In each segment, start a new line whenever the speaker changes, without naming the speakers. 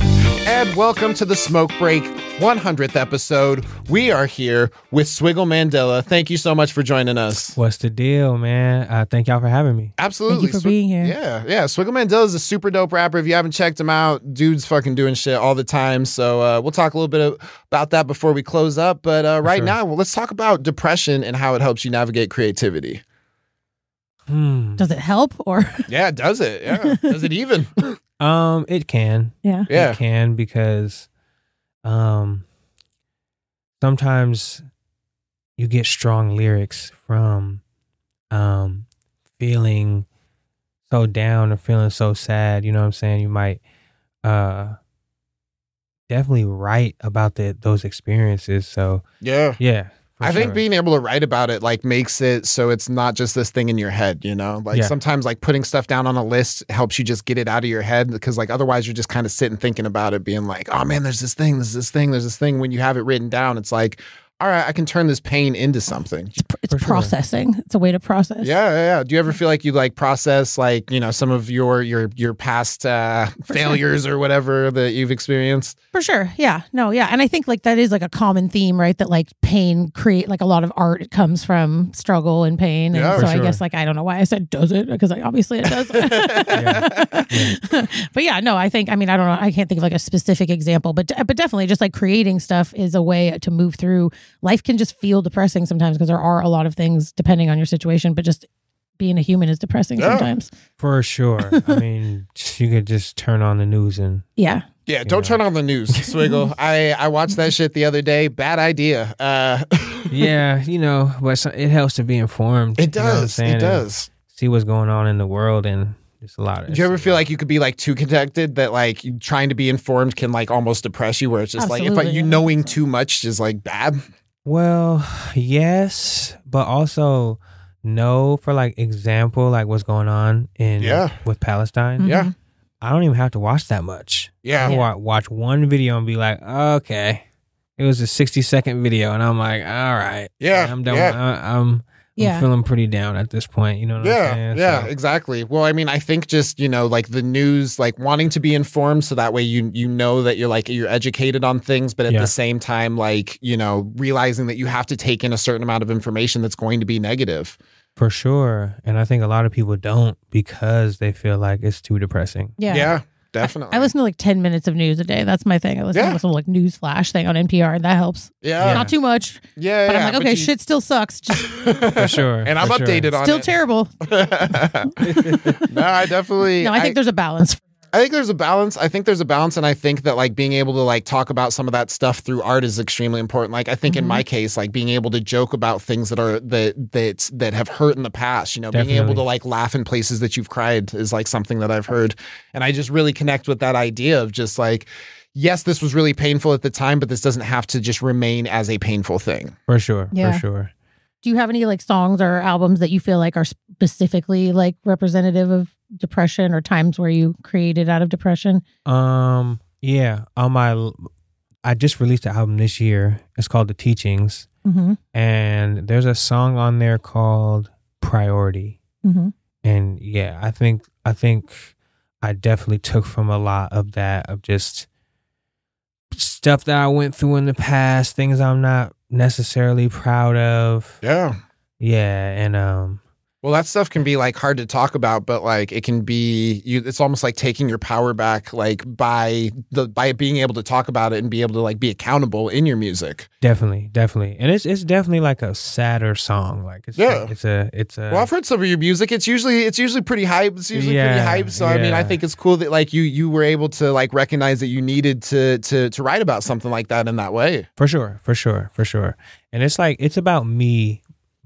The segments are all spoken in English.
and welcome to the Smoke Break 100th episode. We are here with Swiggle Mandela. Thank you so much for joining us.
What's the deal, man? Uh, thank y'all for having me.
Absolutely.
Thank you for being here.
Yeah, yeah. Swiggle Mandela is a super dope rapper. If you haven't checked him out, dude's fucking doing shit all the time. So uh, we'll talk a little bit of- about that before we close up. But uh, right
sure.
now, well, let's talk about depression and how it helps you navigate creativity.
Hmm.
Does it help or
Yeah, does it? Yeah, does it even?
Um, it can,
yeah?
Yeah.
it can because, um, sometimes you get strong lyrics from, um, feeling so down or feeling so sad. You know what I'm saying? You might, uh, definitely write about the, those experiences. So
Yeah.
yeah, for
I
sure.
think being able to write about it like makes it so it's not just this thing in your head, you know? Like
Yeah.
sometimes like putting stuff down on a list helps you just get it out of your head because like otherwise you're just kind of sitting thinking about it being like, "Oh man, there's this thing, there's this thing, there's this thing." When you have it written down, it's like, "All right, I can turn this pain into something."
It's, pr- it's
For sure.
processing. It's a way to process.
Yeah, yeah. yeah. Do you ever feel like you like process like, you know, some of your your your past uh failures or whatever that you've experienced?
for sure. Yeah, no, yeah, and I think like that is like a common theme, right? That like pain create like a lot of art it comes from struggle and pain, and
Yeah,
so
for
I
sure.
guess like I don't know why I said does it because like obviously it does. but yeah, no, I think I mean I don't know I can't think of like a specific example, but but definitely just like creating stuff is a way to move through life. Can just feel depressing sometimes because there are a lot of things depending on your situation, but just being a human is depressing
Yeah.
sometimes.
For sure. I mean, you could just turn on the news and
Yeah.
Yeah, don't
Yeah.
turn on the news, Swiggle. I I watched that shit the other day. Bad idea. Uh
yeah, you know, but so- it helps to be informed.
It
you know what I'm
does.
saying,
it
and
does.
See what's going on in the world and there's a lot of.
Do you ever feel like you could be like too connected that like you- trying to be informed can like almost depress you, where it's just like if like,
Absolutely,
you
yeah.
knowing too much is like bad?
Well, yes, but also no. For like example, like what's going on in
Yeah.
with Palestine.
Mhm.
Yeah.
I don't even have to watch that much. I
Yeah.
wa- watch one video and be like, okay, it was a sixty second video, and I'm like, all right,
Yeah,
I'm done.
yeah.
I, I'm,
Yeah.
I'm feeling pretty down at this point. You know what I'm
Yeah,
saying?
yeah,
So-
exactly. Well, I mean, I think just you know, like the news, like wanting to be informed, so that way you you know that you're like you're educated on things, but at
Yeah.
the same time, like you know, realizing that you have to take in a certain amount of information that's going to be negative.
For sure. And I think a lot of people don't because they feel like it's too depressing.
Yeah.
definitely.
I listen to like 10 minutes of news a day. That's my thing. I listen
Yeah.
to this little like news flash thing on NPR and that helps.
Yeah, yeah,
Not too much,
yeah.
but I'm like,
but
okay,
you-
shit still sucks. Just
For sure.
And I'm
for sure.
updated on
still
it.
terrible.
no, I definitely.
No, I think there's a balance.
I think there's a balance. I think there's a balance, and I think that like being able to like talk about some of that stuff through art is extremely important. Like I think in
Mhm.
my case, like being able to joke about things that are that that that have hurt in the past. You know, being able
Definitely.
to like laugh in places that you've cried is like something that I've heard, and I just really connect with that idea of just like, yes, this was really painful at the time, but this doesn't have to just remain as a painful thing.
For sure.
Yeah.
For sure.
Do you have any like songs or albums that you feel like are specifically like representative of depression or times where you created out of depression?
Um, yeah. On my I just released an album this year. It's called The Teachings.
Mm-hmm.
And there's a song on there called Priority.
Mm-hmm.
And yeah, I think I think I definitely took from a lot of that of just stuff that I went through in the past, things I'm not necessarily proud of.
Yeah.
Yeah, and um,
Well, that stuff can be like hard to talk about, but like it can be you it's almost like taking your power back like by the by being able to talk about it and be able to like be accountable in your music.
definitely, definitely, and it's it's definitely like a sadder song. Like it's
Yeah.
it's a it's a
well, I've heard some of your music. It's usually it's usually pretty hype. It's usually pretty
Yeah,
hype. So I mean, I
yeah.
think it's cool that like you you were able to like recognize that you needed to to to write about something like that in that way.
for sure, for sure, for sure, and it's like it's about me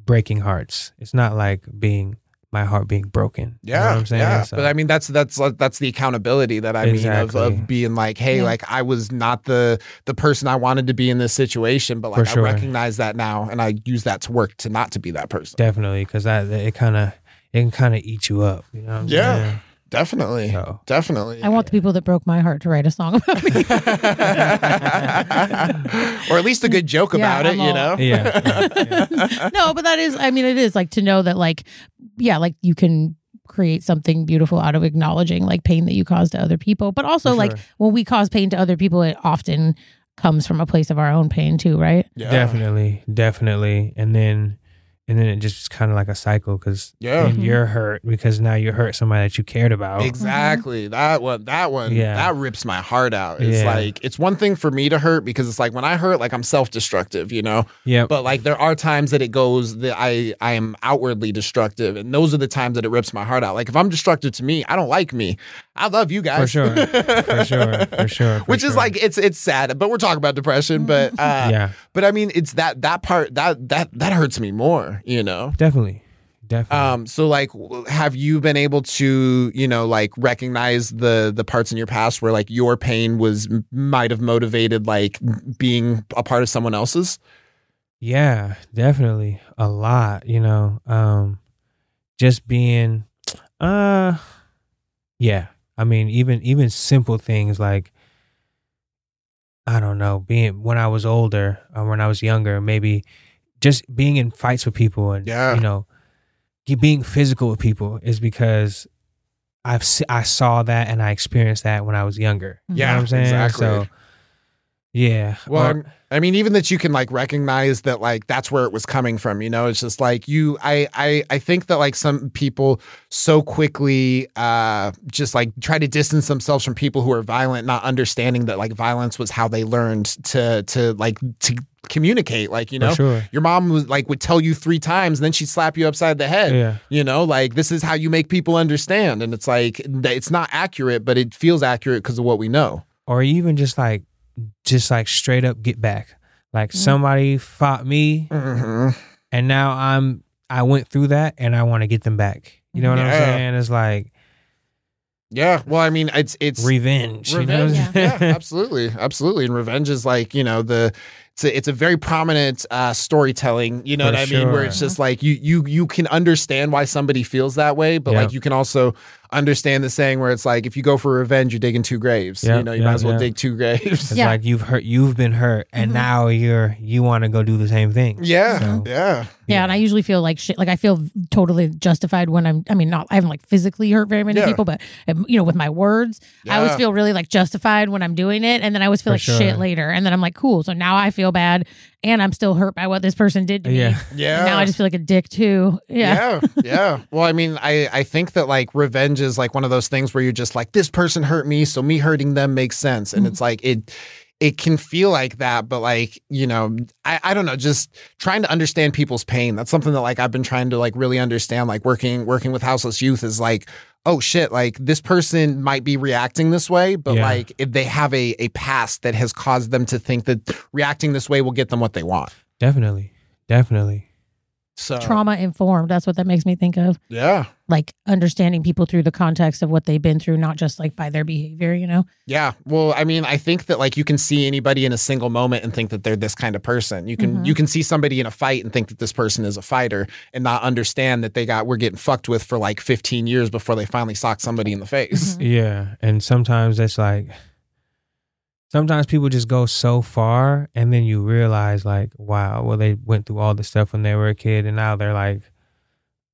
breaking hearts. It's not like being my heart being broken. You know what I'm saying?
yeah.
So-
But I mean, that's that's like, that's the accountability that I mean of,
Exactly.
of being like, hey,
Yeah.
like I was not the the person I wanted to be in this situation, but
For
like
sure.
I recognize that now, and I use that to work to not to be that person.
definitely because that that- it kind of it can kind of eat you up. You know? What I'm
Yeah.
saying?
Definitely,
So.
definitely.
I want the people that broke my heart to write a song about me.
or at least a good joke
Yeah,
about it,
I'm
you
all-
know?
Yeah. yeah.
no, but that is, I mean, it is like to know that, like, yeah, like you can create something beautiful out of acknowledging like pain that you cause to other people. But also
For
like
sure.
when we cause pain to other people, it often comes from a place of our own pain too, right?
Yeah.
Definitely, definitely. And then and then it just kind of like a cycle because
Yeah.
then
Mhm.
you're hurt because now you hurt somebody that you cared about.
Exactly. That one, that one,
Oh. Yeah.
that rips my heart out. It's
Yeah.
like, it's one thing for me to hurt because it's like when I hurt, like I'm self destructive, you know?
Yep.
But like there are times that it goes that I, I am outwardly destructive. And those are the times that it rips my heart out. Like if I'm destructive to me, I don't like me. I love you guys.
For sure. for sure. For sure. for
Which is
sure.
like it's it's sad, but we're talking about depression. But uh,
Yeah,
but I mean, it's that that part that that that hurts me more, you know.
definitely. Definitely.
Um, so like, w- have you been able to, you know, like recognize the the parts in your past where like your pain was might have motivated like being a part of someone else's?
Yeah, definitely a lot. You know, um, just being, uh, yeah. I mean, even even simple things like, I don't know, being when I was older or when I was younger, maybe just being in fights with people and
Yeah.
you know, ge- being physical with people is because I've se- I saw that and I experienced that when I was younger. You know
Yeah,
what I'm saying
exactly.
so. Yeah.
Well,
or-
I'm- I mean, even that you can like recognize that like that's where it was coming from. You know, it's just like you. I I I think that like some people so quickly uh just like try to distance themselves from people who are violent, not understanding that like violence was how they learned to to like to communicate. Like you know.
for sure.
Your mom was like would tell you three times, and then she'd slap you upside the head.
Yeah.
You know, like this is how you make people understand, and it's like th- it's not accurate, but it feels accurate because of what we know.
or even just like just like straight up get back like somebody fought me
Mm-hmm.
and now i'm i went through that and i want to get them back you know what i'm
Yeah.
saying it's like
Yeah. Well, I mean, it's it's
revenge,
Revenge,
you know
yeah, absolutely, absolutely. And revenge is like you know the it's a, it's a very prominent uh, storytelling. You know
For
what I mean? Where
sure.
it's just like you you you can understand why somebody feels that way, but
Yeah.
like you can also understand the saying where it's like if you go for revenge, you're digging two graves.
Yeah,
You know, you
yeah,
might as well
yeah.
dig two graves.
it's
Yeah.
like you've hurt you've been hurt
Mm-hmm.
and
Mhm.
now you're you want to go do the same thing
yeah,
So-
yeah.
Yeah, and I usually feel like shit. Like I feel totally justified when I'm. I mean, not I haven't like physically hurt very many
Yeah.
people, but um, you know, with my words, I always
Yeah.
feel really like justified when I'm doing it, and then I always feel
For
like
sure.
shit later, and then I'm like, cool. So now I feel bad, and I'm still hurt by what this person did to me.
yeah
Yeah.
And now I just feel like a dick too. Yeah.
yeah. yeah. Well, I mean, I, I think that like revenge is like one of those things where you're just like, this person hurt me, so me hurting them makes sense. And it's like it it can feel like that, but like, you know, I, I don't know, just trying to understand people's pain. That's something that like I've been trying to like really understand. Like working working with houseless youth is like, oh shit, like this person might be reacting this way, but
Yeah.
like if they have a a past that has caused them to think that reacting this way will get them what they want.
definitely definitely
So
Trauma informed. That's what that makes me think of.
Yeah.
Like understanding people through the context of what they've been through, not just like by their behavior, you know?
Yeah. Well, I mean, I think that like you can see anybody in a single moment and think that they're this kind of person. You can
Mm-hmm.
Mhm.
you can see somebody in a fight and think that this person is a fighter and not understand that they got we're getting fucked with for like 15 years before they finally sock somebody in the face.
Mhm.
yeah and sometimes that's like sometimes people just go so far and then you realize like wow well they went through all the stuff when they were a kid and now they're like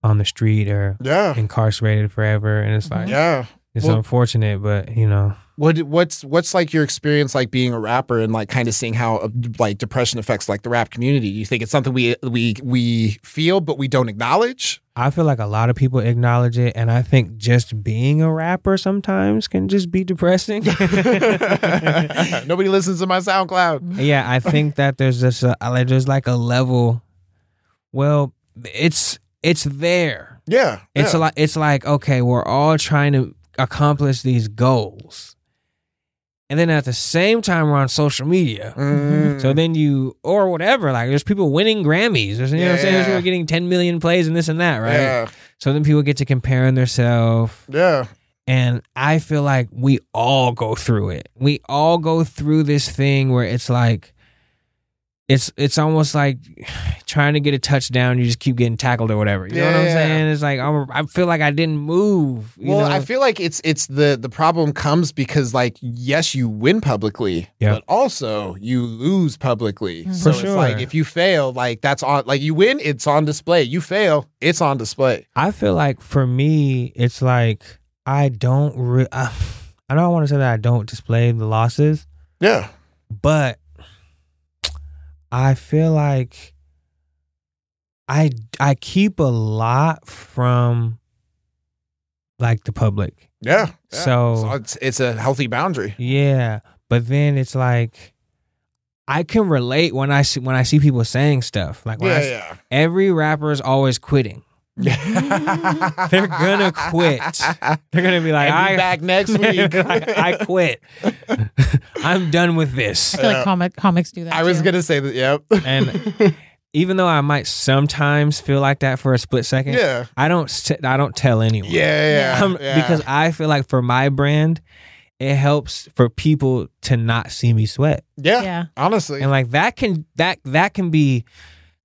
on the street or
Yeah.
incarcerated forever and it's like
Yeah.
it's
Well-
unfortunate but you know
What what's what's like your experience like being a rapper and like kind of seeing how uh, like depression affects like the rap community? You think it's something we we we feel but we don't acknowledge?
i feel like a lot of people acknowledge it and i think just being a rapper sometimes can just be depressing
Nobody listens to my SoundCloud.
yeah i think that there's just a like, there's like a level well it's it's there
Yeah.
It's
yeah.
a lot. It's like okay, we're all trying to accomplish these goals, and then at the same time, we're on social media.
Mm.
Mm-hmm. So then you or whatever, like there's people winning Grammys. There's you know what I'm saying. There's
Yeah.
people getting 10 million plays and this and that, right?
Yeah.
So then people get to comparing themselves,
Yeah.
and I feel like we all go through it. We all go through this thing where it's like it's it's almost like trying to get a touchdown. You just keep getting tackled or whatever. You know what I'm
Yeah.
saying? It's like I'm, I feel like I didn't move. You
well,
know?
I feel like it's it's the the problem comes because like yes, you win publicly,
Yeah. Mm-hmm.
but also you lose publicly.
Mhm.
So
For
it's like
sure.
if you fail, like that's on like you win, it's on display. You fail, it's on display.
I feel like for me, it's like I don't. Re- I, I don't want to say that I don't display the losses,
Yeah.
but I feel like I I keep a lot from like the public.
Yeah.
So-
it's it's a healthy boundary.
Yeah, but then it's like I can relate when I see when I see people saying stuff like when I s-
Yeah,
every rapper is always quitting.
yeah.
They're gonna quit. They're gonna be like,
I'll be
I
back next week.
like, I quit. I'm done with this.
I feel
Yeah.
like comic comics do that.
I was
too.
gonna say that. Yep.
And- Even though I might sometimes feel like that for a split second,
yeah.
I don't s- I don't tell anyone.
Yeah. Yeah.
Um,
yeah.
because I feel like for my brand, it helps for people to not see me sweat,
yeah.
Yeah.
Honestly.
and like that can that that can be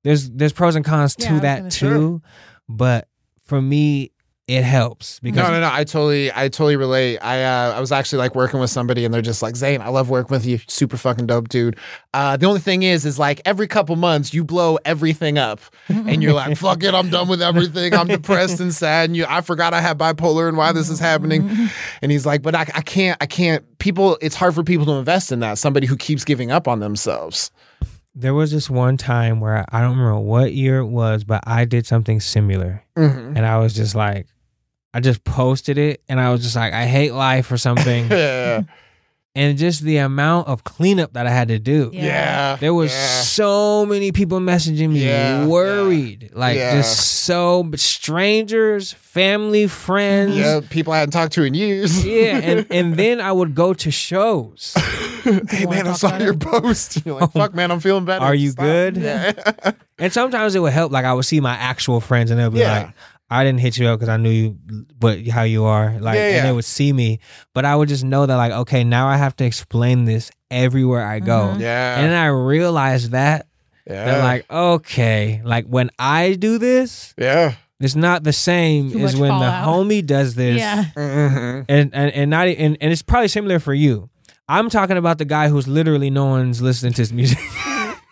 there's there's pros and cons
Yeah, I
to
was
that
gonna
too,
say-
but for me it helps because
no, no, no. I totally, I totally relate. I, uh, I was actually like working with somebody, and they're just like, Zane, I love working with you. Super fucking dope, dude. Uh, the only thing is, is like every couple months you blow everything up, and you're like, fuck it, I'm done with everything. I'm depressed and sad, and you, I forgot I had bipolar and why this is happening. And he's like, but I, I can't, I can't. People, it's hard for people to invest in that. Somebody who keeps giving up on themselves.
there was this one time where I don't remember what year it was, but I did something similar,
Mm-hmm.
and I was just like, I just posted it, and I was just like, I hate life or something,
Yeah,
and just the amount of cleanup that I had to do.
Yeah.
yeah.
There was
yeah.
so many people messaging me
Yeah,
worried. Like
Yeah.
just so but strangers, family, friends.
Yeah, people I hadn't talked to in years.
Yeah, and, and then I would go to shows.
hey man, I
talk
saw
about
your
it?
post. You're like, fuck man, I'm feeling better.
Are you good?
Yeah.
And sometimes it would help. Like I would see my actual friends and they'll be
Yeah.
like, I didn't hit you up because I knew you but how you are. Like
Yeah,
and
yeah.
they would see me. But I would just know that like, okay, now I have to explain this everywhere I go.
Mhm.
yeah.
And then I realized that
Mm-hmm. yeah.
that like, okay, like when I do this,
yeah.
It's not the same
Too
as
much
when
fallout.
the homie does this.
Yeah.
Mm-hmm.
And, and and not e, and, and it's probably similar for you. I'm talking about the guy who's literally no one's listening to his music.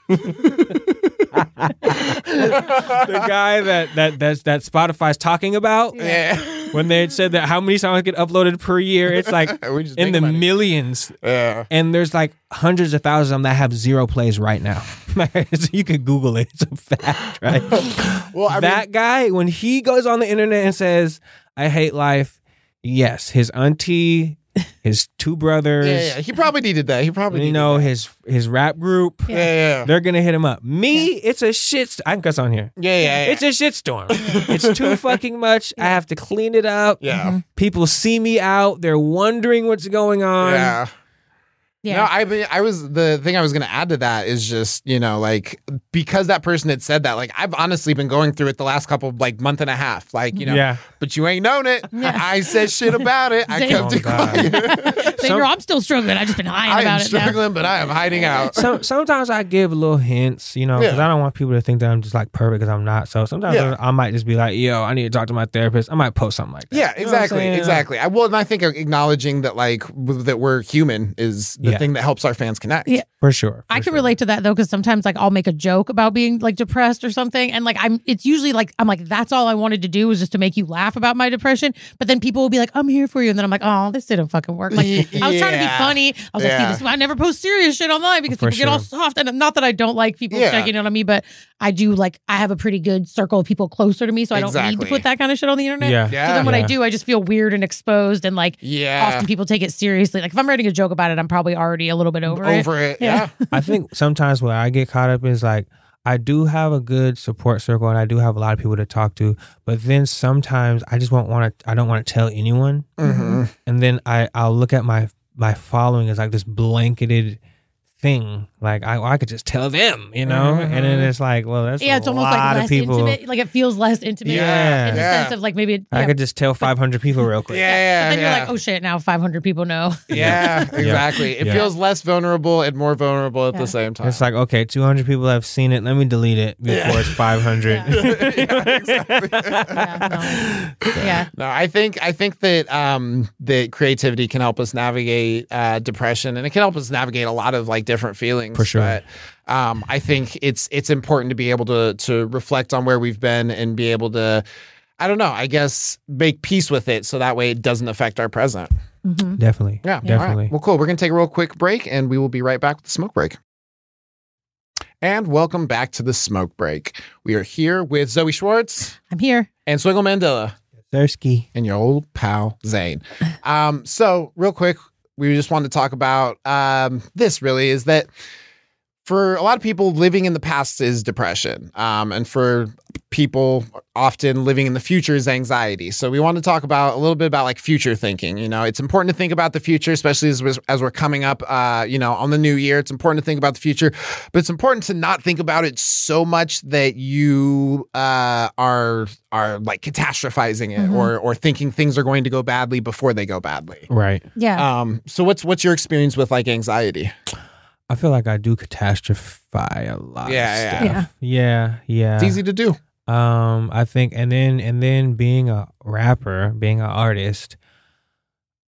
the guy that that that's, that Spotify's talking about
Yeah.
when they had said that how many songs get uploaded per year, it's like
We just
in
make
the
money.
millions.
Yeah.
And there's like hundreds of thousands of them that have zero plays right now. you could Google it. It's a fact, right?
Well, I
that guy, when he goes on the internet and says, I hate life, yes, his auntie, his two brothers,
mean, yeah, yeah. He probably needed that. He probably
you
needed
know,
that.
his his rap group,
Yeah, yeah.
they're gonna hit him up. Me, it's a shit st- I can cuss on here.
Yeah, yeah. yeah.
It's a shitstorm. it's too fucking much. I have to clean it up.
yeah.
People see me out. They're wondering what's going on.
Yeah.
Yeah.
No, I mean, I was the thing I was going to add to that is just you know like because that person had said that like I've honestly been going through it the last couple like month and a half like you know
Yeah.
but you ain't known it
Yeah.
I said shit about it I
Same.
kept
Oh,
it quiet
Xavier,
Some-
I'm still struggling. I've just been lying
I am
about it. now.
struggling but I am hiding out
Some, sometimes I give little hints, you know, because
Yeah.
I don't want people to think that I'm just like perfect because I'm not. So sometimes
Yeah.
I, I might just be like, yo, I need to talk to my therapist. I might post something like that.
Yeah,
You know what I'm
exactly,
saying?
exactly. I well, and I think acknowledging that like w- that we're human is the
Yeah.
thing that helps our fans connect.
Yeah.
For sure. for
I can
sure.
relate to that though, because sometimes like I'll make a joke about being like depressed or something, and like I'm, it's usually like I'm like that's all I wanted to do was just to make you laugh about my depression. But then people will be like, "I'm here for you," and then I'm like, "Oh, this didn't fucking work." Like I was trying to be
Yeah.
funny. I was
Yeah.
like, "See, this I never post serious shit online because
For
people get all
sure.
soft." And not that I don't like people
Yeah.
checking in on me, but I do like I have a pretty good circle of people closer to me, so I don't need
Exactly.
to put that kind of shit on the internet.
Yeah.
Yeah.
So then when I
Yeah.
do, I just feel weird and exposed, and like
Yeah.
often people take it seriously. Like if I'm writing a joke about it, I'm probably already a little bit over, it.
Over it. Yeah.
I think sometimes where I get caught up is like, I do have a good support circle and I do have a lot of people to talk to, but then sometimes I just won't want to, I don't want to tell anyone.
Mhm.
And then I, I'll look at my, my following as like this blanketed thing. Like I, I could just tell them, you know.
Mhm.
And then it's like, well, that's
Mm-hmm. yeah,
a
it's almost
lot
like
of
less
people.
intimate. Like it feels less intimate
Yeah.
in the
Yeah.
sense of like maybe. It,
I
yeah.
could just tell 500 people real quick.
Yeah,
but then
yeah,
you're like, oh shit! Now 500 people know.
yeah, exactly. It
Yeah.
feels less vulnerable and more vulnerable at
Yeah.
the same time.
It's like okay, 200 people have seen it. Let me delete it before
Yeah.
it's 500.
Yeah. Yeah, exactly.
Yeah, yeah,
No, I think I think that um, that creativity can help us navigate uh, depression, and it can help us navigate a lot of like different feelings.
For sure.
But um, I think it's it's important to be able to to reflect on where we've been and be able to, I don't know, I guess make peace with it, so that way it doesn't affect our present.
Mhm.
Definitely.
Yeah,
Yeah.
All right.
Definitely.
Well, cool. We're gonna take a real quick break, and we will be right back with the smoke break. And welcome back to the smoke break. We are here with Zoe Schwartz
I'm here.
and Swiggle Mandela
Thirsky.
and your old pal Zane. Um, so real quick, we just wanted to talk about um, this. Really, is that for a lot of people living in the past is depression, um, and for people often living in the future is anxiety. So we want to talk about a little bit about like future thinking. You know, it's important to think about the future, especially as we're, as we're coming up. Uh, you know, on the new year, it's important to think about the future, but it's important to not think about it so much that you uh, are are like catastrophizing it
Mhm.
or or thinking things are going to go badly before they go badly.
Right.
Yeah,
Um, so what's what's your experience with like anxiety?
I feel like I do catastrophize a lot.
Yeah,
Of stuff. Yeah. Yeah. Yeah.
It's easy to do.
Um, I think, and then and then being a rapper, being an artist,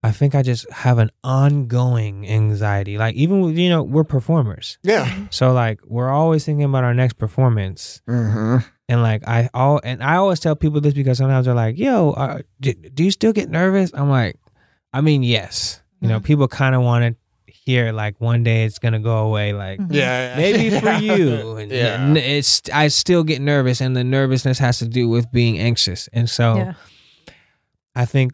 I think I just have an ongoing anxiety. Like even with- you know we're performers,
Yeah.
so like we're always thinking about our next performance.
Mm-hmm.
And like I all and I always tell people this because sometimes they're like, "Yo, uh, do, do you still get nervous?" I'm like, "I mean, yes." You know,
Mhm.
people kind of want to hear like one day it's gonna go away. Like
Mhm.
Yeah.
maybe for you n-
Yeah.
n- it's i still get nervous and the nervousness has to do with being anxious and so
yeah,
i think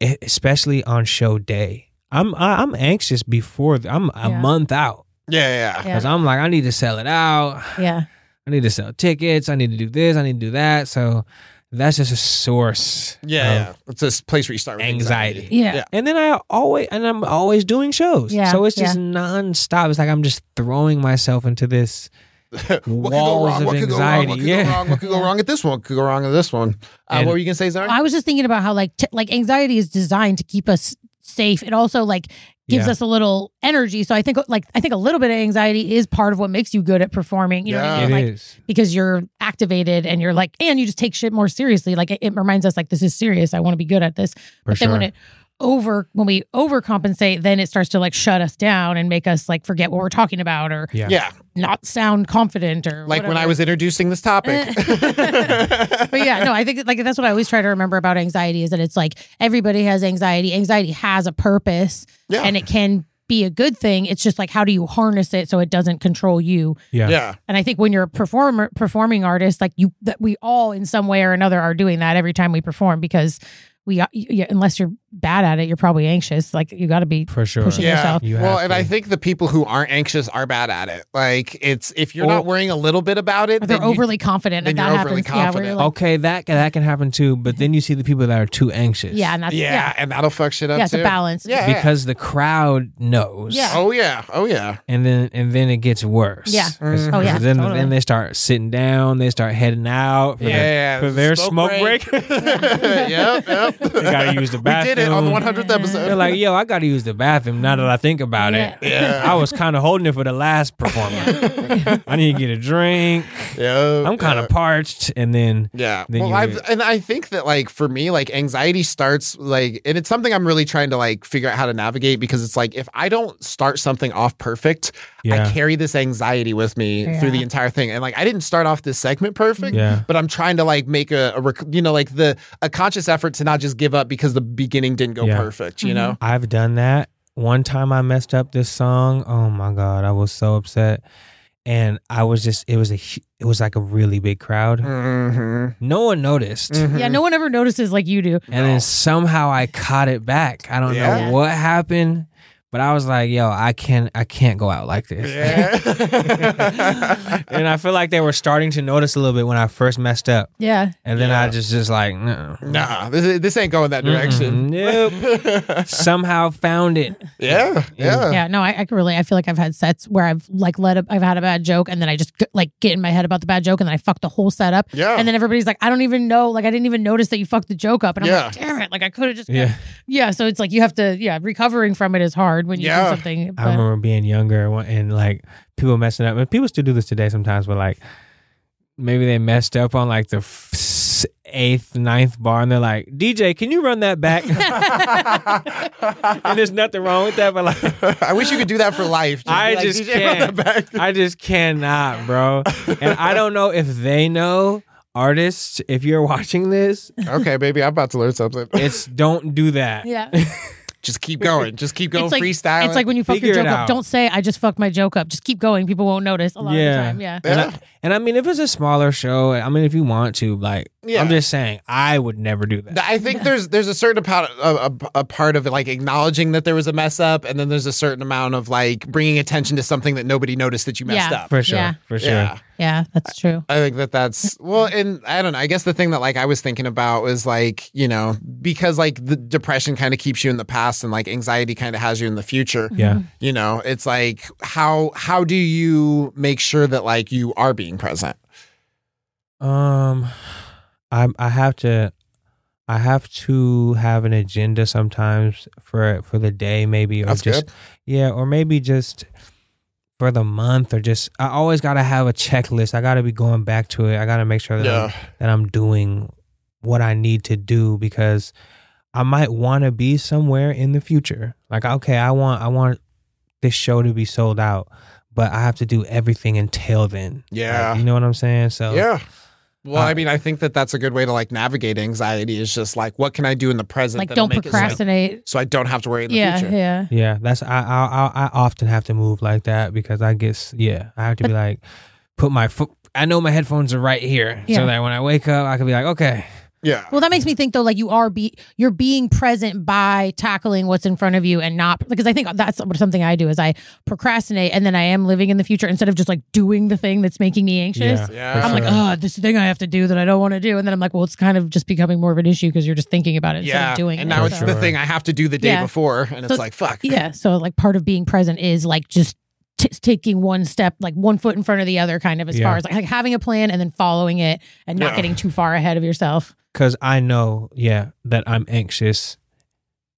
e- especially on show day i'm I, i'm anxious before the, i'm a
Yeah.
month out
Yeah, yeah.
Yeah.
because i'm like i need to sell it out
yeah.
i need to sell tickets i need to do this i need to do that so that's just a source
Yeah,
of-
yeah. It's this place where you start with anxiety.
Anxiety.
Yeah.
And then I always and I'm always doing shows.
Yeah,
so it's just nonstop. It's like I'm just throwing myself into this
what could go
Walls
wrong?
of
What could go wrong? What
anxiety,
could go
yeah.
wrong? What could go wrong at this one? What could go wrong at this one? Uh,
And-
what were you gonna say, Zara?
I was just thinking about how like t- like anxiety is designed to keep us safe. It also like gives
Yeah.
us a little energy. So I think like I think a little bit of anxiety is part of what makes you good at performing. You know what
Yeah.
I
It
mean?
is.
Uh, Like because you're activated and you're like and you just take shit more seriously. Like it, it reminds us like this is serious. I want to be good at this.
for
but then
sure.
when it over when we overcompensate, then it starts to like shut us down and make us like forget what we're talking about or
yeah.
yeah,
not sound confident or
like when
whatever.
I was introducing this topic.
but yeah, no, I think like that's what I always try to remember about anxiety is that it's like everybody has anxiety. Anxiety has a purpose
yeah,
and it can be a good thing. It's just like how do you harness it so it doesn't control you?
Yeah.
yeah,
And I think when you're a performer performing artist, like you that we all in some way or another are doing that every time we perform because we uh, yeah, unless you're bad at it, you're probably anxious. Like you got to be
For sure.
pushing
Yeah.
yourself.
You
Well,
have
and I
to.
think the people who aren't anxious are bad at it. Like it's if you're
Or-
not worrying a little bit about it,
Or they're
then you-
overly confident
then
and that
you're overly
happens. Yeah, where
confident.
you're like,
Okay, that that can happen too, but then you see the people that are too anxious.
yeah, and that's
yeah,
yeah,
and that'll fuck shit
yeah,
up
it's
too.
a balance.
Yeah.
Because the crowd knows.
Yeah.
Oh yeah, oh yeah,
And then and then it gets worse.
Yeah. Mm-hmm.
'Cause-
Oh,
because
yeah,
Then,
totally.
then they start sitting down, they start heading out for
yeah.
their,
yeah.
for their smoke break.
uh, yep, yep.
they gotta use the
We
bathroom.
did it on the 100th episode.
They're like, yo, I gotta use the bathroom now that I think about
Yeah.
it.
Yeah.
I was kinda holding it for the last performance. I need to get a drink.
Yep,
I'm kinda
yep.
parched and then
Yeah.
then
well,
you
I've
get-
and I think that like for me, like anxiety starts like, and it's something I'm really trying to like figure out how to navigate because it's like if I don't start something off perfect, I
Yeah.
carry this anxiety with me through the
Yeah.
entire thing. And like I didn't start off this segment perfect.
Yeah.
But I'm trying to like make a, a rec- you know like the a conscious effort to not just give up because the beginning didn't go
Yeah.
perfect. You know.
I've done that. One time I messed up this song. Oh my god, I was so upset. And I was just it was a hu- it was like a really big crowd.
Mm-hmm.
No one noticed.
Mm.
Yeah, no one ever notices like you do.
And then somehow I caught it back. I don't
Yeah.
know what happened, But I was like, yo, I can I can't go out like this.
Yeah.
and I feel like they were starting to notice a little bit when I first messed up,
Yeah.
and then I
Yeah.
just just like no.
nah, this, this ain't going that direction.
Mm-mm. Somehow found it.
yeah, yeah.
Yeah. No, I, I can really, I feel like I've had sets where I've like let up, I've had a bad joke and then I just g- like get in my head about the bad joke and then I fuck the whole set up.
Yeah.
And then everybody's like, I don't even know. Like, I didn't even notice that you fucked the joke up. And I'm
Yeah.
like, damn it. Like, I could have just.
Yeah.
Yeah. So it's like you have to, yeah, recovering from it is hard when you
Yeah.
do something.
I
But
remember being younger and- and like people messing up, and people still do this today sometimes. But like maybe they messed up on like the f- s- eighth, ninth bar, and they're like, "DJ, can you run that back?" and there's nothing wrong with that, but like.
I wish you could do that for life.
I
be like,
just
"DJ, run
can't.
that back."
I just cannot, bro. And I don't know if they know artists. If you're watching this,
okay, baby, I'm about to learn something.
it's don't do that.
yeah.
just keep going. Just keep going.
it's like,
freestyle.
It's like when you fuck
Figure
your
it
joke
out.
up. Don't say I just fucked my joke up. Just keep going. People won't notice a lot of
Yeah.
the time. Yeah.
And I, and I mean, if it's a smaller show, I mean, if you want to, like,
Yeah.
I'm just saying, I would never do that.
I think there's there's a certain part a, a, a part of like acknowledging that there was a mess up, and then there's a certain amount of like bringing attention to something that nobody noticed that you messed
Yeah.
up.
For sure,
Yeah.
for sure.
Yeah.
Yeah. That's true.
I think that that's well, and I don't know. I guess the thing that like I was thinking about was like you know because like the depression kind of keeps you in the past, and like anxiety kind of has you in the future.
Yeah.
You know, it's like how how do you make sure that like you are being present?
Um, I I have to, I have to have an agenda sometimes for for the day maybe or
That's
just yeah or maybe just for the month or just I always gotta have a checklist. I gotta be going back to it. I gotta make sure that I'm, that I'm doing what I need to do because I might want to be somewhere in the future. Like okay, I want I want this show to be sold out, but I have to do everything until then.
Yeah.
Like, you know what I'm saying? So
Yeah. Well,
Uh,
I mean, I think that that's a good way to like navigate anxiety. Is just like, what can I do in the present?
Like,
that'll
don't
make it so-
procrastinate.
so I don't have to worry in the
yeah.
future.
Yeah.
Yeah, that's I, I I I often have to move like that because I guess yeah I have to be like put my foot. I know my headphones are right here,
Yeah.
so that when I wake up, I can be like, okay,
Yeah.
Well, that makes me think though, like you are be you're being present by tackling what's in front of you and not because I think that's something I do is I procrastinate and then I am living in the future instead of just like doing the thing that's making me anxious.
yeah,
Yeah.
for
I'm
sure.
like, oh, this thing I have to do that I don't want to do, and then I'm like, well, it's kind of just becoming more of an issue because you're just thinking about it instead
yeah.
of doing
and
it.
now
For
it's
so-
the
sure.
thing I have to do the day
Yeah.
before, and it's
So-
like, fuck.
yeah. So like part of being present is like just t- taking one step, like one foot in front of the other, kind of as
Yeah.
far as like, like having a plan and then following it and not
Yeah.
getting too far ahead of yourself.
because I know yeah that I'm anxious,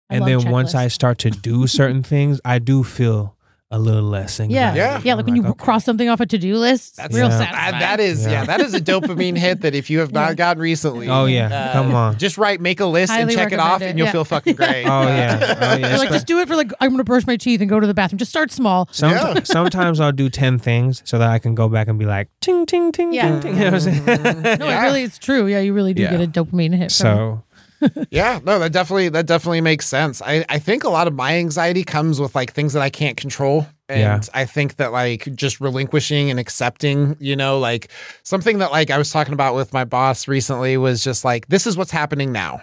I
and
love
then once I
checklists.
start to do certain things, I do feel a little less
yeah,
anxiety.
Yeah.
yeah, like when
I'm
you
okay.
cross something off a to do list,
That's-
real
Yeah.
I-
satisfying.
that is, yeah.
Yeah.
that is a dopamine hit that if you have
Yeah.
not gotten recently.
Oh yeah,
uh,
come on.
Just write, make a list, and
Highly
check it off,
recommend it.
and you'll
Yeah.
feel fucking great.
Oh yeah, oh, yeah.
You're like just do it for like I'm gonna brush my teeth and go to the bathroom. Just start small.
Some,
Yeah.
Sometimes I'll do ten things so that I can go back and be like, ting ting ting ting
Yeah.
ting. You know what I'm saying?
No,
Yeah.
it really is true. Yeah, you really do
Yeah.
get a dopamine hit.
so
from
yeah no that definitely that definitely makes sense i i think a lot of my anxiety comes with like things that i can't control and
Yeah.
i think that like just relinquishing and accepting you know like something that like i was talking about with my boss recently was just like this is what's happening now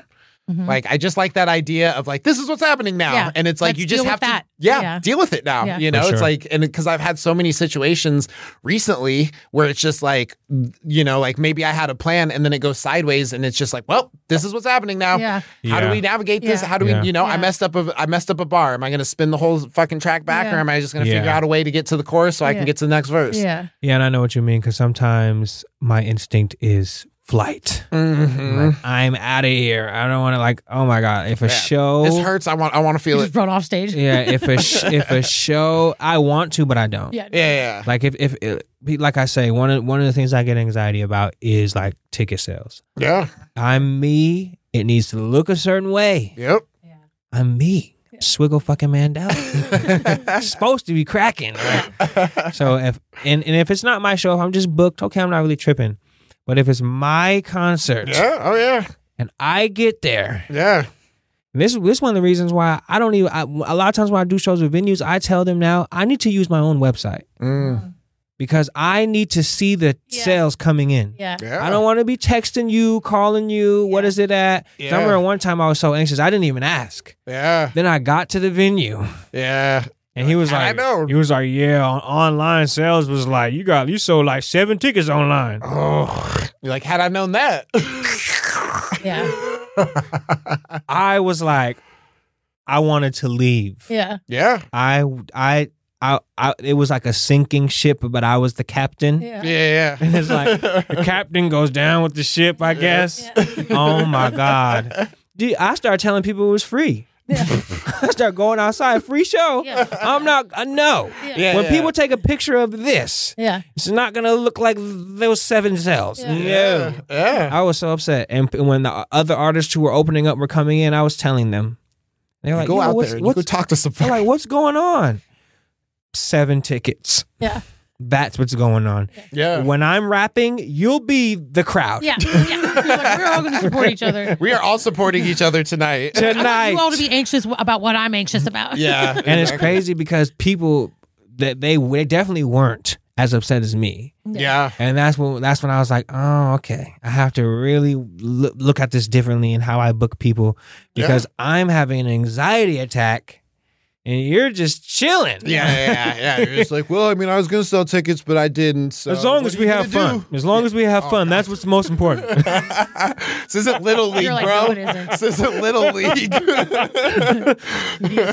Mhm.
like I just like that idea of like this is what's happening now,
Yeah.
and it's like
Let's
you just
deal with
have to
that.
yeah,
Yeah.
deal with it now.
Yeah.
You
For
know,
sure.
it's like and because I've had so many situations recently where it's just like you know like maybe I had a plan and then it goes sideways and it's just like well this is what's happening now.
Yeah.
How do
Yeah.
we navigate this?
Yeah.
How do we,
Yeah.
you know, I
Yeah.
messed up a, I messed up a bar. Am I going to spin the whole fucking track back,
Yeah.
or am I just going to
Yeah.
figure out a way to get to the chorus so I
Yeah.
can get to the next verse?
yeah,
yeah, and I know what you mean because sometimes my instinct is flight.
Mhm.
Like, I'm out of here. I don't want to like. Oh my god, if a
Yeah.
show,
This hurts. I want. I want to
you
feel
just
it.
run off stage.
yeah, if a sh- if a show, I want to, but I don't.
Yeah.
Yeah.
Like if if it, like I say, one of one of the things I get anxiety about is like ticket sales.
Yeah.
I'm me. It needs to look a certain way.
Yeah.
I'm me. Swiggle fucking Mandela. supposed to be cracking. right?
Yep.
So if and, and if it's not my show, if I'm just booked, okay, I'm not really tripping. But if it's my concert
yeah. Oh yeah.
and I get there,
Yeah.
and this this is one of the reasons why I don't even. I, a lot of times when I do shows with venues, I tell them now I need to use my own website.
Mm.
because I need to see the
Yeah.
sales coming in.
Yeah.
Yeah.
I don't want to be texting you, calling you. What
Yeah.
is it at? 'Cause
Yeah.
I remember one time I was so anxious I didn't even ask.
Yeah.
Then I got to the venue
Yeah.
and he was
I
like,
know.
he was like, yeah, on, online sales was like, you got you sold like seven tickets online.
Oh. You're like, had I known that.
Yeah.
I was like, I wanted to leave.
Yeah.
yeah.
I I I I it was like a sinking ship, but I was the captain.
Yeah. Yeah.
And it's like, The captain goes down with the ship, I guess. Oh my god. Dude, I started telling people it was free.
Yeah.
I start going outside, free show.
Yeah.
I'm not uh, no.
Yeah.
Yeah,
when
yeah.
people take a picture of this,
Yeah.
it's not gonna look like those seven cells.
Yeah.
No.
Yeah.
I was so upset. And p- when the uh, other artists who were opening up were coming in, I was telling them. They're like,
you go
"Yo,
out
what's-
there and you
what's-
go talk to
I'm
somebody.
like, what's going on? Seven tickets.
Yeah.
That's what's going on.
yeah.
When I'm rapping, you'll be the crowd.
Yeah. yeah. We're all going to support each other.
We are all supporting each other tonight.
I want you all to
Tonight.
be anxious w- about what I'm anxious about.
yeah.
And it's crazy because people that they they definitely weren't as upset as me.
Yeah.
And that's when that's when I was like, oh, okay. I have to really look, look at this differently and how I book people because I'm having an anxiety attack and you're just chilling.
Yeah, yeah, yeah. You're just like, well, I mean, I was gonna sell tickets, but I didn't. So
As long
what
as
are
we
you
have
gonna Oh,
fun. As long as we have fun. That's what's most important.
do? this isn't little league,
You're like,
bro.
no, it isn't.
This isn't little league.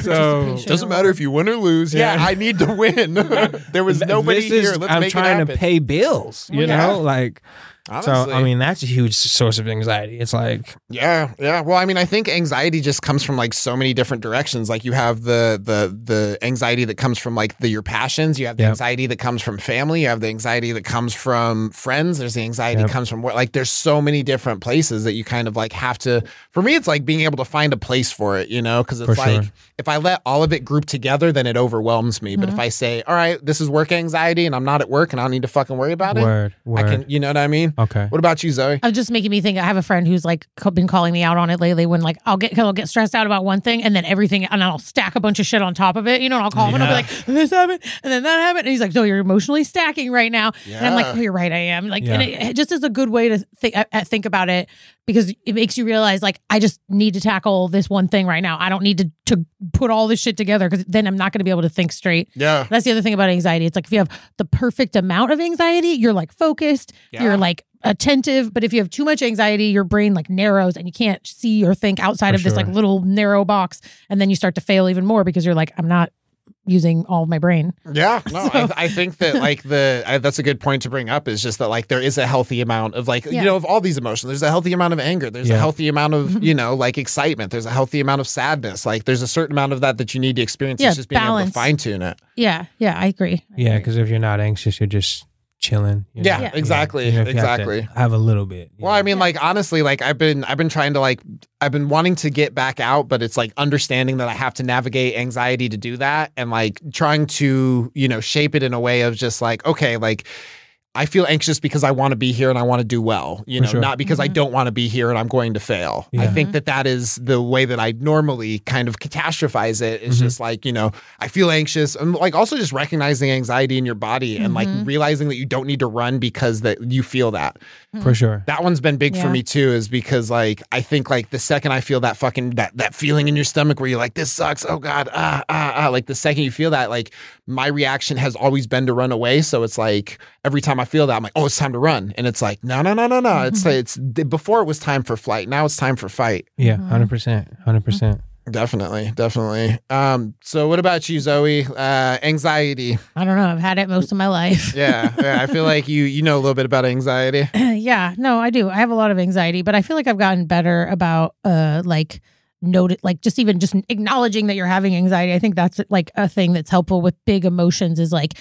So
Doesn't matter if you win or lose. Yeah,
Yeah.
I need to win. there was nobody
this is-
here. Let's
I'm
make
trying
it
to
happen.
pay bills. You
Yeah.
know, like so.
Honestly.
I mean, that's a huge source of anxiety. It's like
Yeah, yeah. Well, I mean, I think anxiety just comes from like so many different directions. Like you have the the the anxiety that comes from like the your passions. You have the
Yep.
anxiety that comes from family. You have the anxiety that comes from friends. There's the anxiety
Yep.
that comes from what like there's so many different places that you kind of like have to for me it's like being able to find a place for it, you know, cuz it's
For
like
sure.
if I let all of it group together then it overwhelms me. But
Mm-hmm.
if I say, "All right, this is work anxiety and I'm not at work and I don't need to fucking worry about it."
word, word.
I can, you know what I mean?
okay.
What about you, Zoe?
I'm just making me think. I have a friend who's like co- been calling me out on it lately. When like I'll get I'll get stressed out about one thing, and then everything, and I'll stack a bunch of shit on top of it. You know, and I'll call him and I'll be like, "This happened," and then that happened, and he's like, "No, you're emotionally stacking right now." And I'm like,
Yeah.
"Oh, you're right, I am." Like,
Yeah.
and it, it just is a good way to think uh, think about it because it makes you realize like I just need to tackle this one thing right now. I don't need to to put all this shit together because then I'm not going to be able to think straight.
Yeah.
That's the other thing about anxiety. It's like if you have the perfect amount of anxiety, you're like focused,
Yeah.
you're like attentive. But if you have too much anxiety, your brain like narrows and you can't see or think outside
For
of this like
sure.
little narrow box. And then you start to fail even more because you're like, I'm not using all of my brain.
Yeah, no, I, I think that like the I, that's a good point to bring up is just that like there is a healthy amount of like
Yeah. Mm-hmm.
you know of all these emotions. There's a healthy amount of anger. There's
Yeah.
a healthy amount of you know like excitement. There's a healthy amount of sadness. Like there's a certain amount of that that you need to experience.
Yeah,
it's just being able to
balance.
fine tune it.
Yeah. Yeah. I agree. I
Yeah,
agree.
because if you're not anxious, you're just chilling. you
Yeah,
know?
Yeah. exactly,
You know, if you have to
exactly.
Have a little bit. you
Well, I
know?
mean, like honestly, like I've been I've been trying to like I've been wanting to get back out, but it's like understanding that I have to navigate anxiety to do that and like trying to, you know, shape it in a way of just like, okay, like I feel anxious because I want to be here and I want to do well, you
For
know,
sure.
not because I
Mhm.
don't want to be here and I'm going to fail. I
Yeah.
think that that is the way that I normally kind of catastrophize it. It's
Mhm.
just like, you know, I feel anxious. And like also just recognizing anxiety in your body and like
Mhm.
realizing that you don't need to run because that you feel that
for sure.
that one's been big for
Yeah.
me too is because like i think like the second i feel that fucking that that feeling in your stomach where you're like this sucks oh god ah ah ah like the second you feel that like my reaction has always been to run away so it's like every time i feel that i'm like oh it's time to run and it's like no no no no no
Mm-hmm.
it's it's before it was time for flight now it's time for fight
Yeah,
Mhm.
100 percent, 100 percent.
definitely definitely um so what about you zoe uh anxiety
I don't know. I've had it most of my life.
yeah, yeah i feel like you you know a little bit about anxiety
yeah, no, I do. I have a lot of anxiety, but I feel like I've gotten better about uh like note like just even just acknowledging that you're having anxiety. I think that's like a thing that's helpful with big emotions is like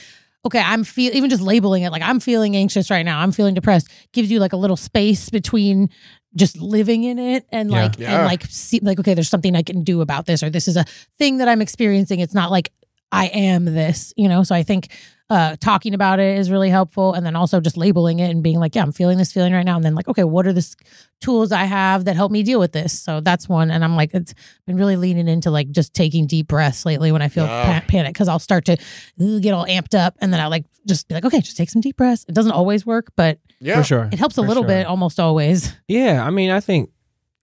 okay, I'm feel even just labeling it like I'm feeling anxious right now. I'm feeling depressed gives you like a little space between just living in it and
Yeah.
like
Yeah.
and like see like okay, there's something I can do about this or this is a thing that I'm experiencing. It's not like I am this, you know? So I think uh, talking about it is really helpful. And then also just labeling it and being like, yeah, I'm feeling this feeling right now. And then like, okay, what are the s- tools I have that help me deal with this? So that's one. And I'm like, it's been really leaning into like just taking deep breaths lately when I feel
Yeah.
pa- panic because I'll start to uh, get all amped up. And then I like just be like, okay, just take some deep breaths. It doesn't always work, but
Yeah.
for sure.
it helps a
For
little
sure.
bit almost always.
Yeah, I mean, I think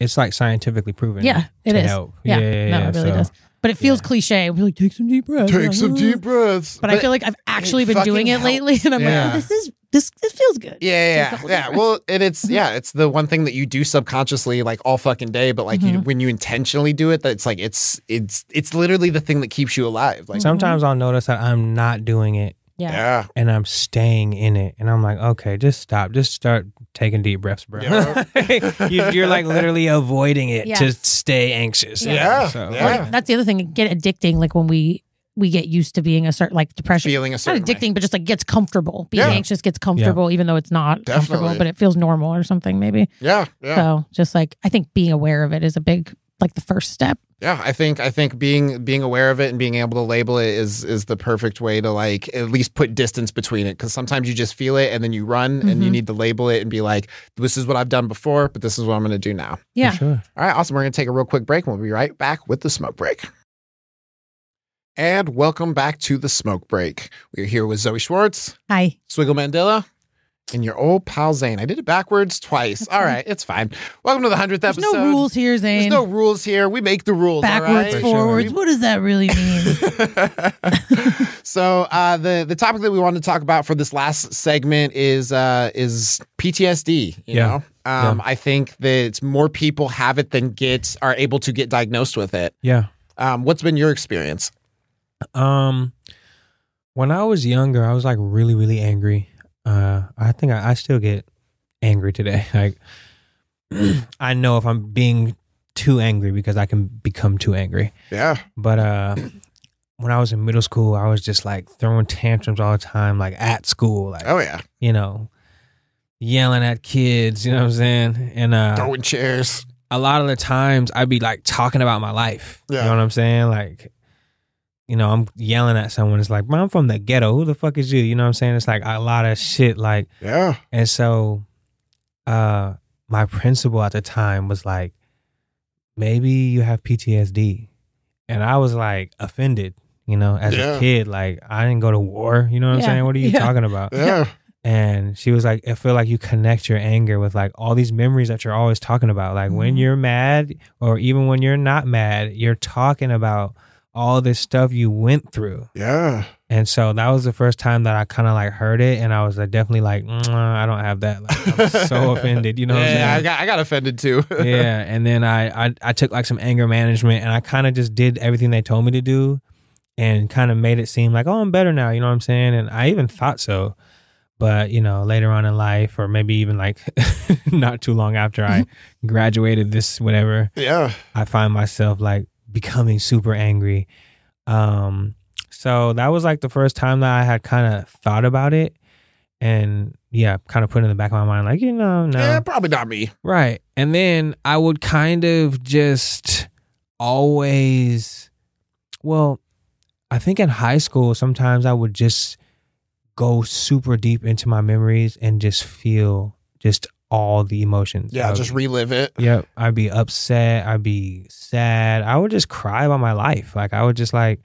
it's like scientifically proven.
Yeah, it
to
is.
help.
Yeah,
yeah, yeah,
no,
yeah.
it really
so,
does. Mm-hmm. But it feels cliche. We're like, take some deep breaths.
Take some
Uh,
deep breaths.
But, I feel like I've actually been
fucking
doing it
helps.
lately, and I'm like,
Yeah.
oh, this is this this feels good.
Yeah,
Take a
yeah,
couple
yeah.
deep
Well, and it's yeah, it's the one thing that you do subconsciously like all fucking day, but like
Mm-hmm.
you, when you intentionally do it, that's like it's it's it's literally the thing that keeps you alive. Like
Sometimes I'll notice that I'm not doing it
Yeah.
yeah,
and I'm staying in it, and I'm like, okay, just stop, just start taking deep breaths, bro.
Yeah.
you, you're like literally avoiding it
Yeah.
to stay anxious. you know,
Yeah,
so-
yeah.
Like, that's the other thing. It get addicting. Like when we we get used to being a certain like depression.
feeling a
not
certain way.
addicting, but just like gets comfortable. Being
Yeah.
anxious gets comfortable, even though it's not comfortable,
Definitely.
but it feels normal or something maybe.
Yeah, yeah.
So just like I think being aware of it is a big like the first step.
yeah i think i think being being aware of it and being able to label it is is the perfect way to like at least put distance between it because sometimes you just feel it and then you run and you
Mhm.
need to label it and be like this is what i've done before but this is what i'm going to do now
Yeah.
For sure.
all right awesome we're going to take a real quick break and we'll be right back with the smoke break and welcome back to the smoke break we're here with zoe schwartz
Hi.
swiggle mandela and your old pal Zane. I did it backwards twice.
That's
all
fine.
right, it's fine. Welcome to the 100th
There's
episode.
no rules here,
There's
Zane.
no rules here. We make the rules. all
Backwards,
right?
sure.
forwards. What does that really mean?
so uh, the the topic that we wanted to talk about for this last segment is uh, is PTSD. You
Yeah.
know, um, I think that more people have it than get are able to get diagnosed with it.
Yeah.
Um, what's been your experience?
Um, when I was younger, I was like really, really angry. Uh, I think I, I still get angry today. Like, I know if I'm being too angry because I can become too angry.
Yeah,
But uh, when I was in middle school, I was just like throwing tantrums all the time, like at school, like
oh yeah,
you know, yelling at kids. You know what I'm saying? And uh,
throwing chairs.
a lot of the times I'd be like talking about my life.
Yeah.
You know what I'm saying? Like, you know, I'm yelling at someone. It's like, "Man, I'm from the ghetto. Who the fuck is you? You know what I'm saying? It's like a lot of shit. Like,
Yeah,
and so, uh, my principal at the time was like, maybe you have PTSD. And I was like offended, you know, as
Yeah.
a kid. Like, I didn't go to war. You know what
Yeah.
I'm saying? What are you
Yeah.
talking about?
yeah,
And she was like, I feel like you connect your anger with like all these memories that you're always talking about. Like when
Mm-hmm.
Mhm.
you're mad, or even when you're not mad, you're talking about all this stuff you went through.
yeah.
And so that was the first time that I kind of like heard it. And I was like, definitely like, "Mm, I don't have that. Like, I'm so offended. You know what I'm
yeah,
saying?
I got I got offended too.
yeah and then I, I i took like some anger management and i kind of just did everything they told me to do and kind of made it seem like oh i'm better now you know what i'm saying and i even thought so but you know later on in life or maybe even like not too long after i graduated this whatever
yeah,
i find myself like becoming super angry um so that was like the first time that i had kind of thought about it and yeah kind of put in the back of my mind like you know no
yeah. Probably not me.
Right. And then I would kind of just always, well, I think in high school, sometimes I would just go super deep into my memories and just feel just all the emotions.
Yeah,
of-
just relive it.
Yep. I'd be upset. I'd be sad. I would just cry about my life. Like I would just like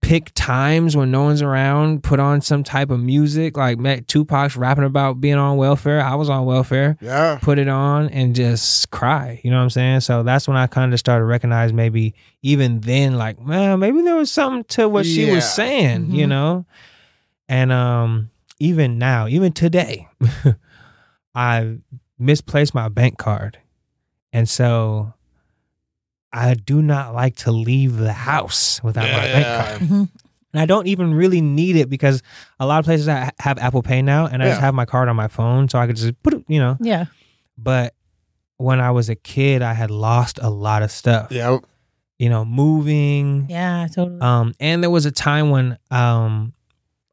pick times when no one's around, put on some type of music. Like met Tupac's rapping about being on welfare. I was on welfare
Yeah,
put it on and just cry. You know what I'm saying? So that's when I kind of started to recognize maybe even then, like, man, maybe there was something to what she
Yeah. Mm-hmm.
was saying, you
Mhm.
know? And um, even now, even today, I misplaced my bank card. And so I do not like to leave the house without my bank
Yeah.
card.
Mhm.
And I don't even really need it because a lot of places I ha- have Apple Pay now and I just
Yeah.
have my card on my phone. So I could just put it, you know,
Yeah.
but when I was a kid, I had lost a lot of stuff.
yeah.
You know, moving.
Yeah. Totally.
Um, and there was a time when, um,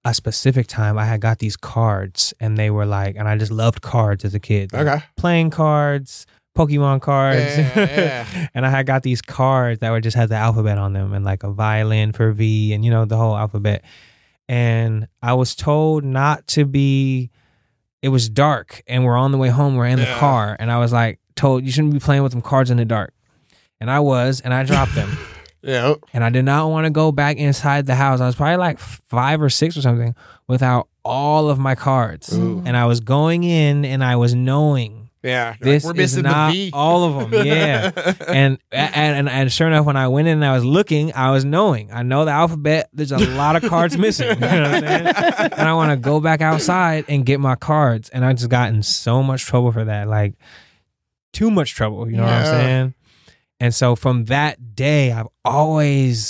a specific time, I had got these cards, and they were like, and I just loved cards as a kid. Like,
Okay.
Playing cards, Pokemon cards.
Yeah, yeah, yeah.
and I had got these cards that were just had the alphabet on them and like a violin for V and you know the whole alphabet. And I was told not to be it was dark and we're on the way home, we're in the
Yeah.
car, and I was like told you shouldn't be playing with them cards in the dark. And I was, and I dropped them.
Yeah.
and I did not want to go back inside the house. I was probably like five or six or something without all of my cards.
Ooh.
And I was going in and I was knowing
Yeah.
this is not all of them. Yeah. and, and and and sure enough, when I went in and I was looking, I was knowing. I know the alphabet. There's a lot of cards missing. You know what I'm saying? and I want to go back outside and get my cards. And I just got in so much trouble for that, like too much trouble. You know what
Yeah.
I'm saying? And so from that day, I've always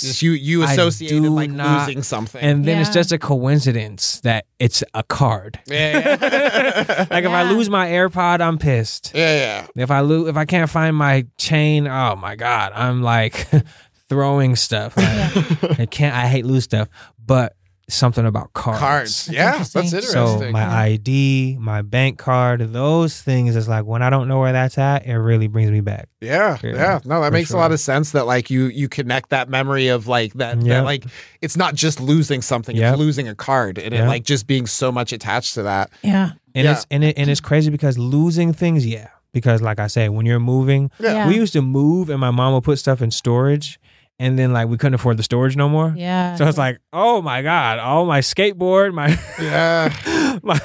Just you you
I
associated
do
like
not-
losing something.
and then it's
Yeah.
just a coincidence that it's a card.
yeah, yeah.
Like if I
Yeah.
lose my AirPod, I'm pissed.
yeah,
If I lose, if I can't find my chain, oh my god, I'm like throwing stuff. Like,
Yeah.
yeah.
I can't. I hate loose stuff, but something about cards.
Cards. Yeah, that's
interesting.
interesting.
So my ID, my bank card, those things is like when I don't know where that's at, it really brings me back.
Yeah,
Yeah,
yeah, No, that
for
makes
sure.
a lot of sense. That like you you connect that memory of like that,
Yeah.
that like it's not just losing something,
Yep.
it's losing a card, and
Yeah.
it like just being so much attached to that.
Yeah.
And
Yeah.
it's and it and it's crazy because losing things, yeah. Because like I say, when you're moving,
Yeah.
Yeah.
we used to move and my mom would put stuff in storage, and then like we couldn't afford the storage no more.
Yeah.
So it's like, oh my god, all my skateboard, my
Yeah,
my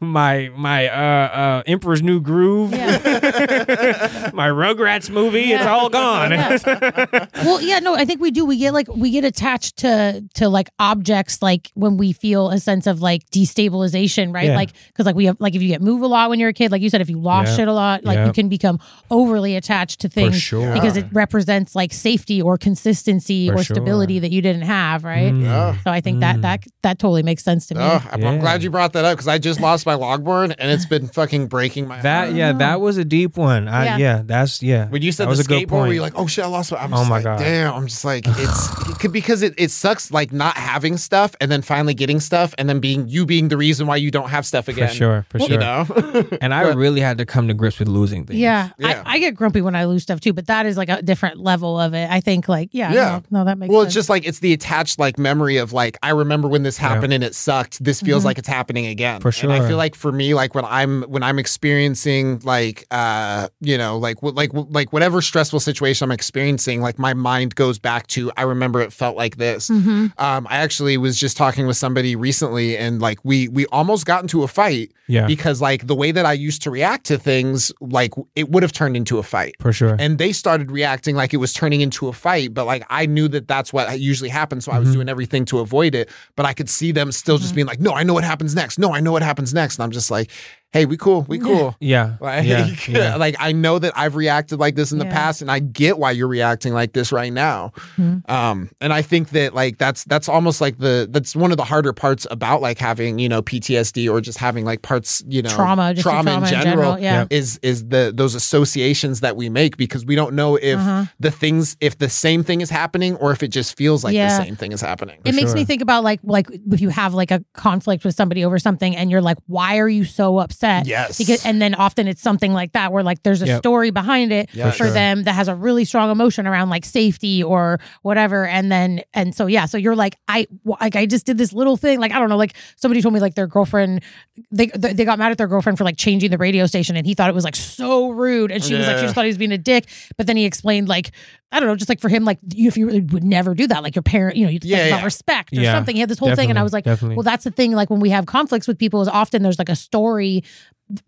my my uh, uh, Emperor's New Groove, my Rugrats movie, it's
Yeah.
all gone.
Yeah. well yeah no i think we do we get like we get attached to to like objects like when we feel a sense of like destabilization right
Yeah.
like because like we have like if you get moved a lot when you're a kid like you said if you lost
Yeah.
shit a lot like
Yeah.
you can become overly attached to
For
things
sure.
because it represents like safety or consistency
For
or
sure.
stability that you didn't have right
Mm.
Yeah.
so i think that
Mm.
that that totally makes sense to me
Oh, I'm, I'm
Yeah.
glad you brought that up because I just lost my logboard and it's been fucking breaking my
That
heart.
yeah,
know.
that was a deep one. I, yeah.
Yeah.
that's yeah.
When you said
that
the
was a good
skateboard, were
point.
you like, "Oh shit, I lost my." I'm
Oh
just
my
like,
God.
damn. I'm just like, it's it could- because it, it sucks like not having stuff and then finally getting stuff and then being you being the reason why you don't have stuff
for
again.
sure, for sure.
You know.
And I
But-
really had to come to grips with losing things.
yeah,
Yeah.
I, I get grumpy when I lose stuff too, but that is like a different level of it. I think, like, yeah,
Yeah.
No, no, that makes
well,
sense.
it's just like it's the attached like memory of like I remember when this
Yeah.
happened and it sucked. This feels
Mhm.
like it's happening again.
For
And I
sure.
feel like for me, like when I'm when I'm experiencing like uh you know like wh- like wh- like whatever stressful situation I'm experiencing, like my mind goes back to I remember it felt like this.
hmm
Um, I actually was just talking with somebody recently, and like we we almost got into a fight
yeah,
because like the way that I used to react to things, like it would have turned into a fight.
for sure.
And they started reacting like it was turning into a fight, but like I knew that that's what usually happens, so I was
Mhm.
doing everything to avoid it. But I could see them still just
Mm-hmm.
Mhm.
being like, "No, I know what happens next. No, I know what happens next." And I'm just like, "Hey, we cool, we cool."
yeah,
Like,
yeah, yeah.
like I know that I've reacted like this in the
Yeah.
past, and I get why you're reacting like this right now.
Mhm.
Um, and I think that like that's that's almost like the that's one of the harder parts about like having you know PTSD or just having like parts you know
trauma, just the trauma, in general. Yeah.
is is the those associations that we make because we don't know if
Uh-huh.
the things if the same thing is happening or if it just feels like
Yeah.
the same thing is happening.
it makes
sure.
me think about like like if you have like a conflict with somebody over something and you're like why are you so upset
Yes.
because and then often it's something like that where like there's a
Yep.
story behind it
Yeah.
for
sure.
them that has a really strong emotion around like safety or whatever and then and so yeah so you're like i w- like i just did this little thing like i don't know like somebody told me like their girlfriend they they they got mad at their girlfriend for like changing the radio station and he thought it was like so rude and she was like she
Yeah.
just thought he was being a dick but then he explained like i don't know just like for him like you, if you really would never do that like your parent you know you think
Yeah,
about
yeah.
respect or
Yeah,
something he had this whole thing and i was like
definitely.
well that's the thing like when we have conflicts with people is often there's like a story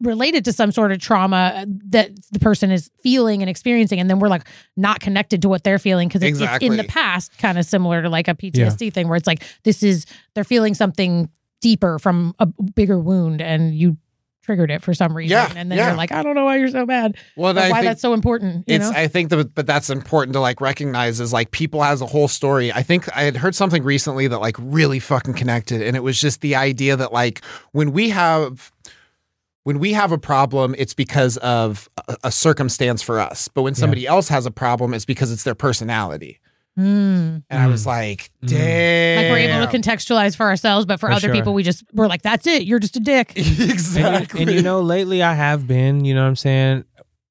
related to some sort of trauma uh, that the person is feeling and experiencing and then we're like not connected to what they're feeling because it's, it's in the
Exactly.
past kind of similar to like a ptsd thing where it's like this is they're feeling something deeper from a bigger wound and you triggered it for some reason
Yeah,
and then
yeah.
you're like i don't know why you're so bad
well, and
or
I
why
think-
that's so important you
it's
know
i think that but that's important to like recognize is like people has a whole story i think i had heard something recently that like really fucking connected and it was just the idea that like when we have when we have a problem it's because of a, a circumstance for us but when
Yeah.
somebody else has a problem it's because it's their personality
Mm.
and i was like
Mm.
damn
like we're able to contextualize for ourselves but for,
For
other
sure.
people we just we're like that's it you're just a dick
And you-
exactly
And you know, lately I have been, you know what I'm saying,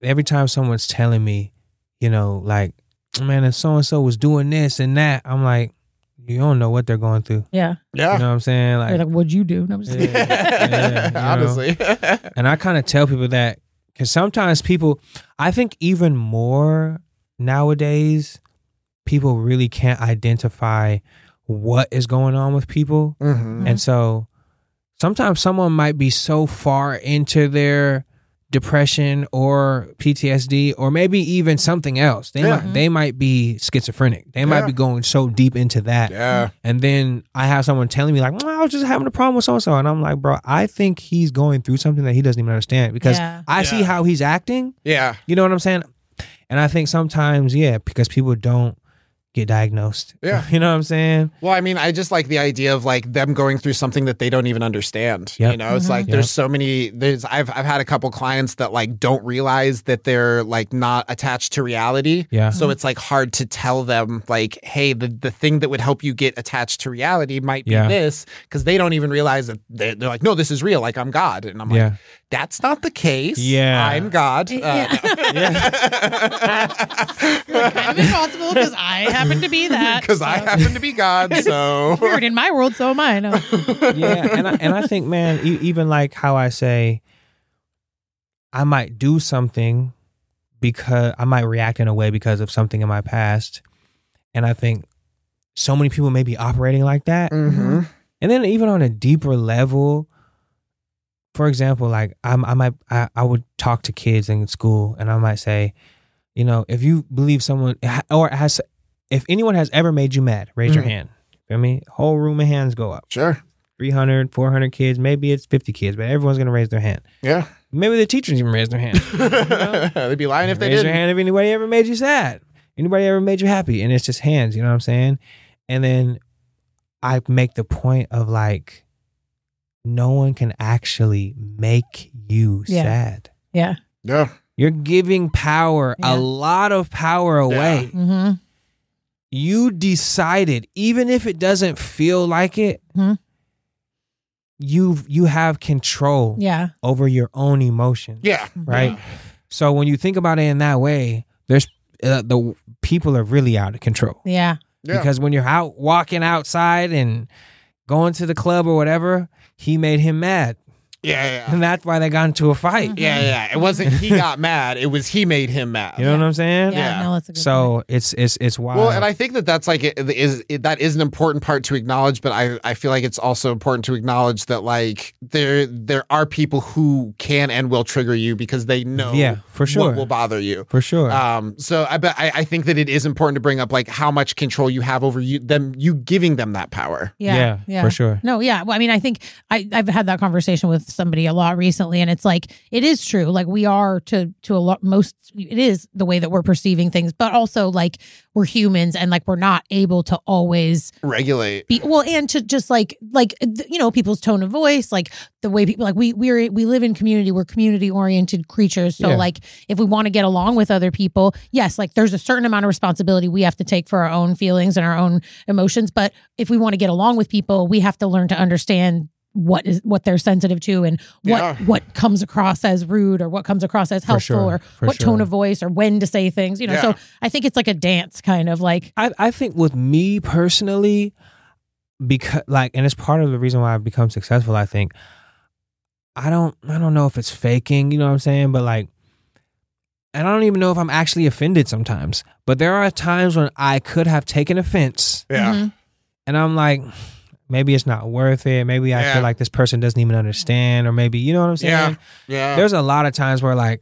every time someone's telling me, you know, like, man, if so and so was doing this and that, I'm like, you don't know what they're going through.
Yeah.
Yeah.
You know what I'm saying?
You're
Like,
like, what'd you do? No, I'm just kidding.
Yeah, you know.
Honestly.
and I kind of tell people that because sometimes people, I think even more nowadays, people really can't identify what is going on with people.
Mhm.
And so sometimes someone might be so far into their depression or PTSD or maybe even something else. They
Yeah.
might they might be schizophrenic. They might
Yeah.
be going so deep into that.
Yeah.
And then I have someone telling me like, "Mm, I was just having a problem with so and so. And I'm like, bro, I think he's going through something that he doesn't even understand because
Yeah.
I see
Yeah.
how he's acting.
Yeah.
You know what I'm saying? And I think sometimes, yeah, because people don't get diagnosed.
Yeah.
you know what I'm saying?
Well, I mean, I just like the idea of like them going through something that they don't even understand.
Yep.
You know, it's like
Yep.
there's so many there's I've I've had a couple clients that like don't realize that they're like not attached to reality.
Yeah.
So it's like hard to tell them like, hey, the, the thing that would help you get attached to reality might be
Yeah.
this because they don't even realize that they, they're like, no, this is real. Like I'm God, and I'm like,
Yeah.
that's not the case.
Yeah.
I'm God. Uh,
Yeah. I'm responsible because I happen to be that.
Because I
so-
happen to be God, so
Weird in my world, so am I. No.
yeah, and I, and I think, man, e- even like how I say, I might do something because I might react in a way because of something in my past, and I think so many people may be operating like that,
Mhm.
and then even on a deeper level. For example, like I'm, I might, I, I would talk to kids in school, and I might say, you know, if you believe someone or has, if anyone has ever made you mad, raise your
Mhm.
hand. Feel me? Whole room of hands go up.
Sure.
300, 400 kids, maybe it's 50 kids, but everyone's going to raise their hand.
Yeah.
Maybe the teachers even raise their hand.
They'd be lying if they
raise
didn't.
your hand if anybody ever made you sad, anybody ever made you happy. And it's just hands, you know what I'm saying? And then I make the point of like, no one can actually make you
Yeah.
sad.
Yeah.
Yeah.
You're giving power, a
Yeah.
lot of power away.
Mm-hmm.
You decided, even if it doesn't feel like it,
Mhm.
you you have control
Yeah.
over your own emotions.
Yeah.
Right. So when you think about it in that way, there's uh, the people are really out of control
Yeah.
Yeah.
because when you're out walking outside and going to the club or whatever, he made him mad,
Yeah. Yeah.
and that's why they got into a fight.
Yeah. yeah. It wasn't he got mad. It was he made him mad.
You know uh, what I'm saying?
Yeah.
Yeah.
No, that's a good point.
So it's it's it's wild.
Well, and I think that that's like it is it, that is an important part to acknowledge, but I I feel like it's also important to acknowledge that like there there are people who can and will trigger you because they know
yeah, for sure,
what will bother you.
for sure.
Um, so I bet I, I think that it is important to bring up like how much control you have over you them you giving them that power.
Yeah. Yeah.
for sure.
No, yeah. Well, I mean, I think I, I've had that conversation with somebody a lot recently, and it's like it is true. Like we are to to a lot most it is the way that we're perceiving things, but also like we're humans and like we're not able to always
Regulate.
be well and to just like like th- you know people's tone of voice like the way people like we we're we live in community we're community oriented creatures so
Yeah.
like if we want to get along with other people yes like there's a certain amount of responsibility we have to take for our own feelings and our own emotions but if we want to get along with people we have to learn to understand what is what they're sensitive to and what
Yeah.
what comes across as rude or what comes across as
For
helpful
sure.
or
For
what tone
sure.
of voice or when to say things you know
Yeah.
so i think it's like a dance kind of like
I, I think with me personally, because like, and it's part of the reason why I've become successful. I think I don't I don't know if it's faking, you know what I'm saying, but like, and I don't even know if I'm actually offended sometimes. But there are times when I could have taken offense,
mhm.
and I'm like, maybe it's not worth it. Maybe I
Yeah.
feel like this person doesn't even understand, or maybe you know what I'm saying.
Yeah. Yeah.
There's a lot of times where like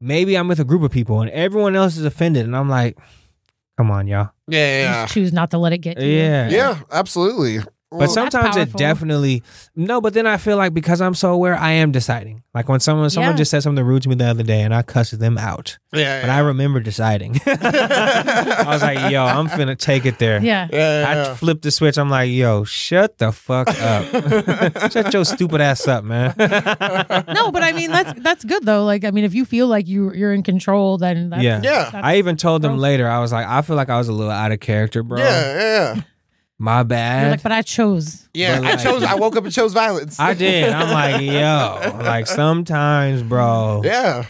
maybe I'm with a group of people and everyone else is offended, and I'm like, come on, y'all.
yeah. Yeah.
just choose not to let it get to you.
Yeah.
Yeah, absolutely.
But
Well,
sometimes it
powerful.
definitely no. But then I feel like because I'm so aware, I am deciding. Like when someone someone
Yeah.
just said something rude to me the other day, and I cussed them out,
yeah,
but I remember deciding. I was like, "Yo, I'm finna take it there."
Yeah.
I flipped the switch. I'm like, "Yo, shut the fuck up! shut your stupid ass up, man."
No, but I mean that's that's good though. Like I mean, if you feel like you you're in control, then that's,
Yeah.
Yeah.
that's-
I even told them
Bro.
later. I was like, "I feel like I was a little out of character, bro.
yeah, yeah,
My
you're
bad."
like, but I chose.
yeah.
But
I
like-
chose. I woke up and chose violence.
I did. I'm like, "Yo, like sometimes, bro."
yeah,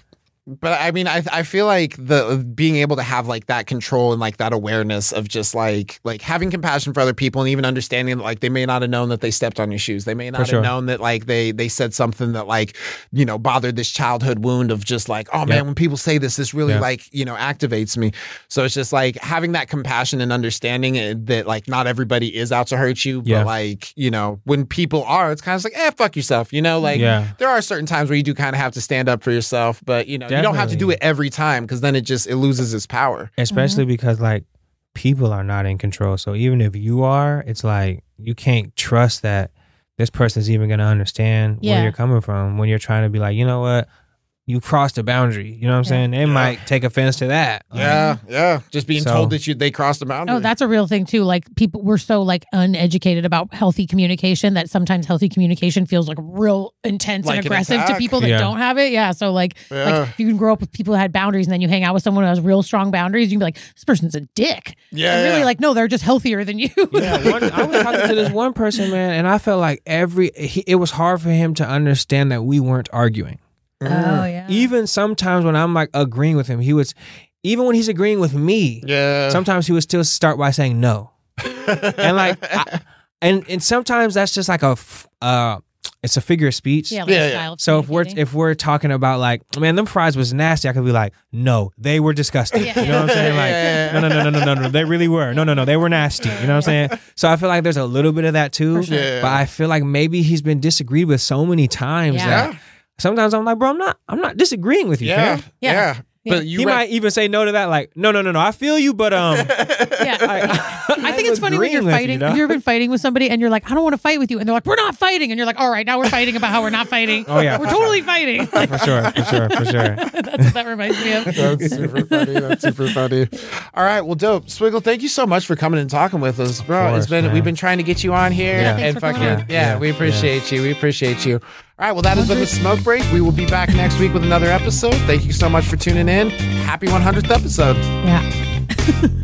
But I mean, I I feel like the being able to have like that control and like that awareness of just like like having compassion for other people and even understanding that like they may not have known that they stepped on your shoes. They may not have
sure.
known that like they they said something that like you know bothered this childhood wound of just like oh man when people say this this really
Yeah.
like you know activates me. So it's just like having that compassion and understanding it, that like not everybody is out to hurt you,
Yeah.
but like you know when people are, it's kind of like eh fuck yourself. You know like
yeah.
there are certain times where you do kind of have to stand up for yourself, but you know, you don't have to do
Definitely.
it every time because then it just it loses its power.
especially
Mm-hmm.
because like people are not in control so even if you are it's like you can't trust that this person's even going to understand
Yeah.
where you're coming from when you're trying to be like you know what you crossed a boundary you know what i'm
Yeah.
saying they might take offense to that Like,
Yeah, yeah. Just being
So-
told that you they crossed the boundary.
Oh, that's a real thing too. Like people we're so like uneducated about healthy communication that sometimes healthy communication feels like real intense
Like
and
an
aggressive to
attack.
people that
Yeah.
don't have it. Yeah. So like
Yeah.
like if you can grow up with people that had boundaries and then you hang out with someone who has real strong boundaries, you can be like, This person's a dick.
yeah,
and
yeah.
really like, no, they're just healthier than you.
yeah, one, I was talking to this one person, man, and I felt like every he, it was hard for him to understand that we weren't arguing.
Mm.
Oh, yeah.
Even sometimes when I'm like agreeing with him, he was, even when he's agreeing with me,
yeah.
sometimes he would still start by saying no. and like I, and and sometimes that's just like a f- uh it's a figure of speech
yeah, like
Yeah,
a
yeah.
style of
so if we're
communicating.
if we're talking about like man them fries was nasty i could be like no they were disgusting
Yeah.
you know what i'm saying like
Yeah.
no no no no no no no they really were no no no they were nasty you know what i'm saying so i feel like there's a little bit of that too
For sure.
Yeah.
but i feel like maybe he's been disagreed with so many times
Yeah.
that sometimes i'm like bro i'm not i'm not disagreeing with you
yeah,
fam.
yeah,
Yeah. Yeah.
But you
he might even say no to that like no no no no i feel you but um
yeah. I think it's funny when you're fighting. You
know?
have ever been fighting with somebody and you're like, I don't want to fight with you, and they're like, We're not fighting, and you're like, All right, now we're fighting about how we're not fighting.
Oh, yeah,
we're
for sure.
totally fighting. Like,
for sure, for sure, for sure.
that's what that reminds me of.
That's super funny. That's super funny. All right, well, dope. Swiggle, thank you so much for coming and talking with us, bro.
course,
it's been
man.
we've been trying to get you on here,
Yeah.
Thanks
and
for coming
fucking
on.
yeah,
Yeah,
we
yeah.
appreciate you. We appreciate you. All right, well, that has been the smoke break. We will be back next week with another episode. Thank you so much for tuning in. Happy 100th episode.
Yeah.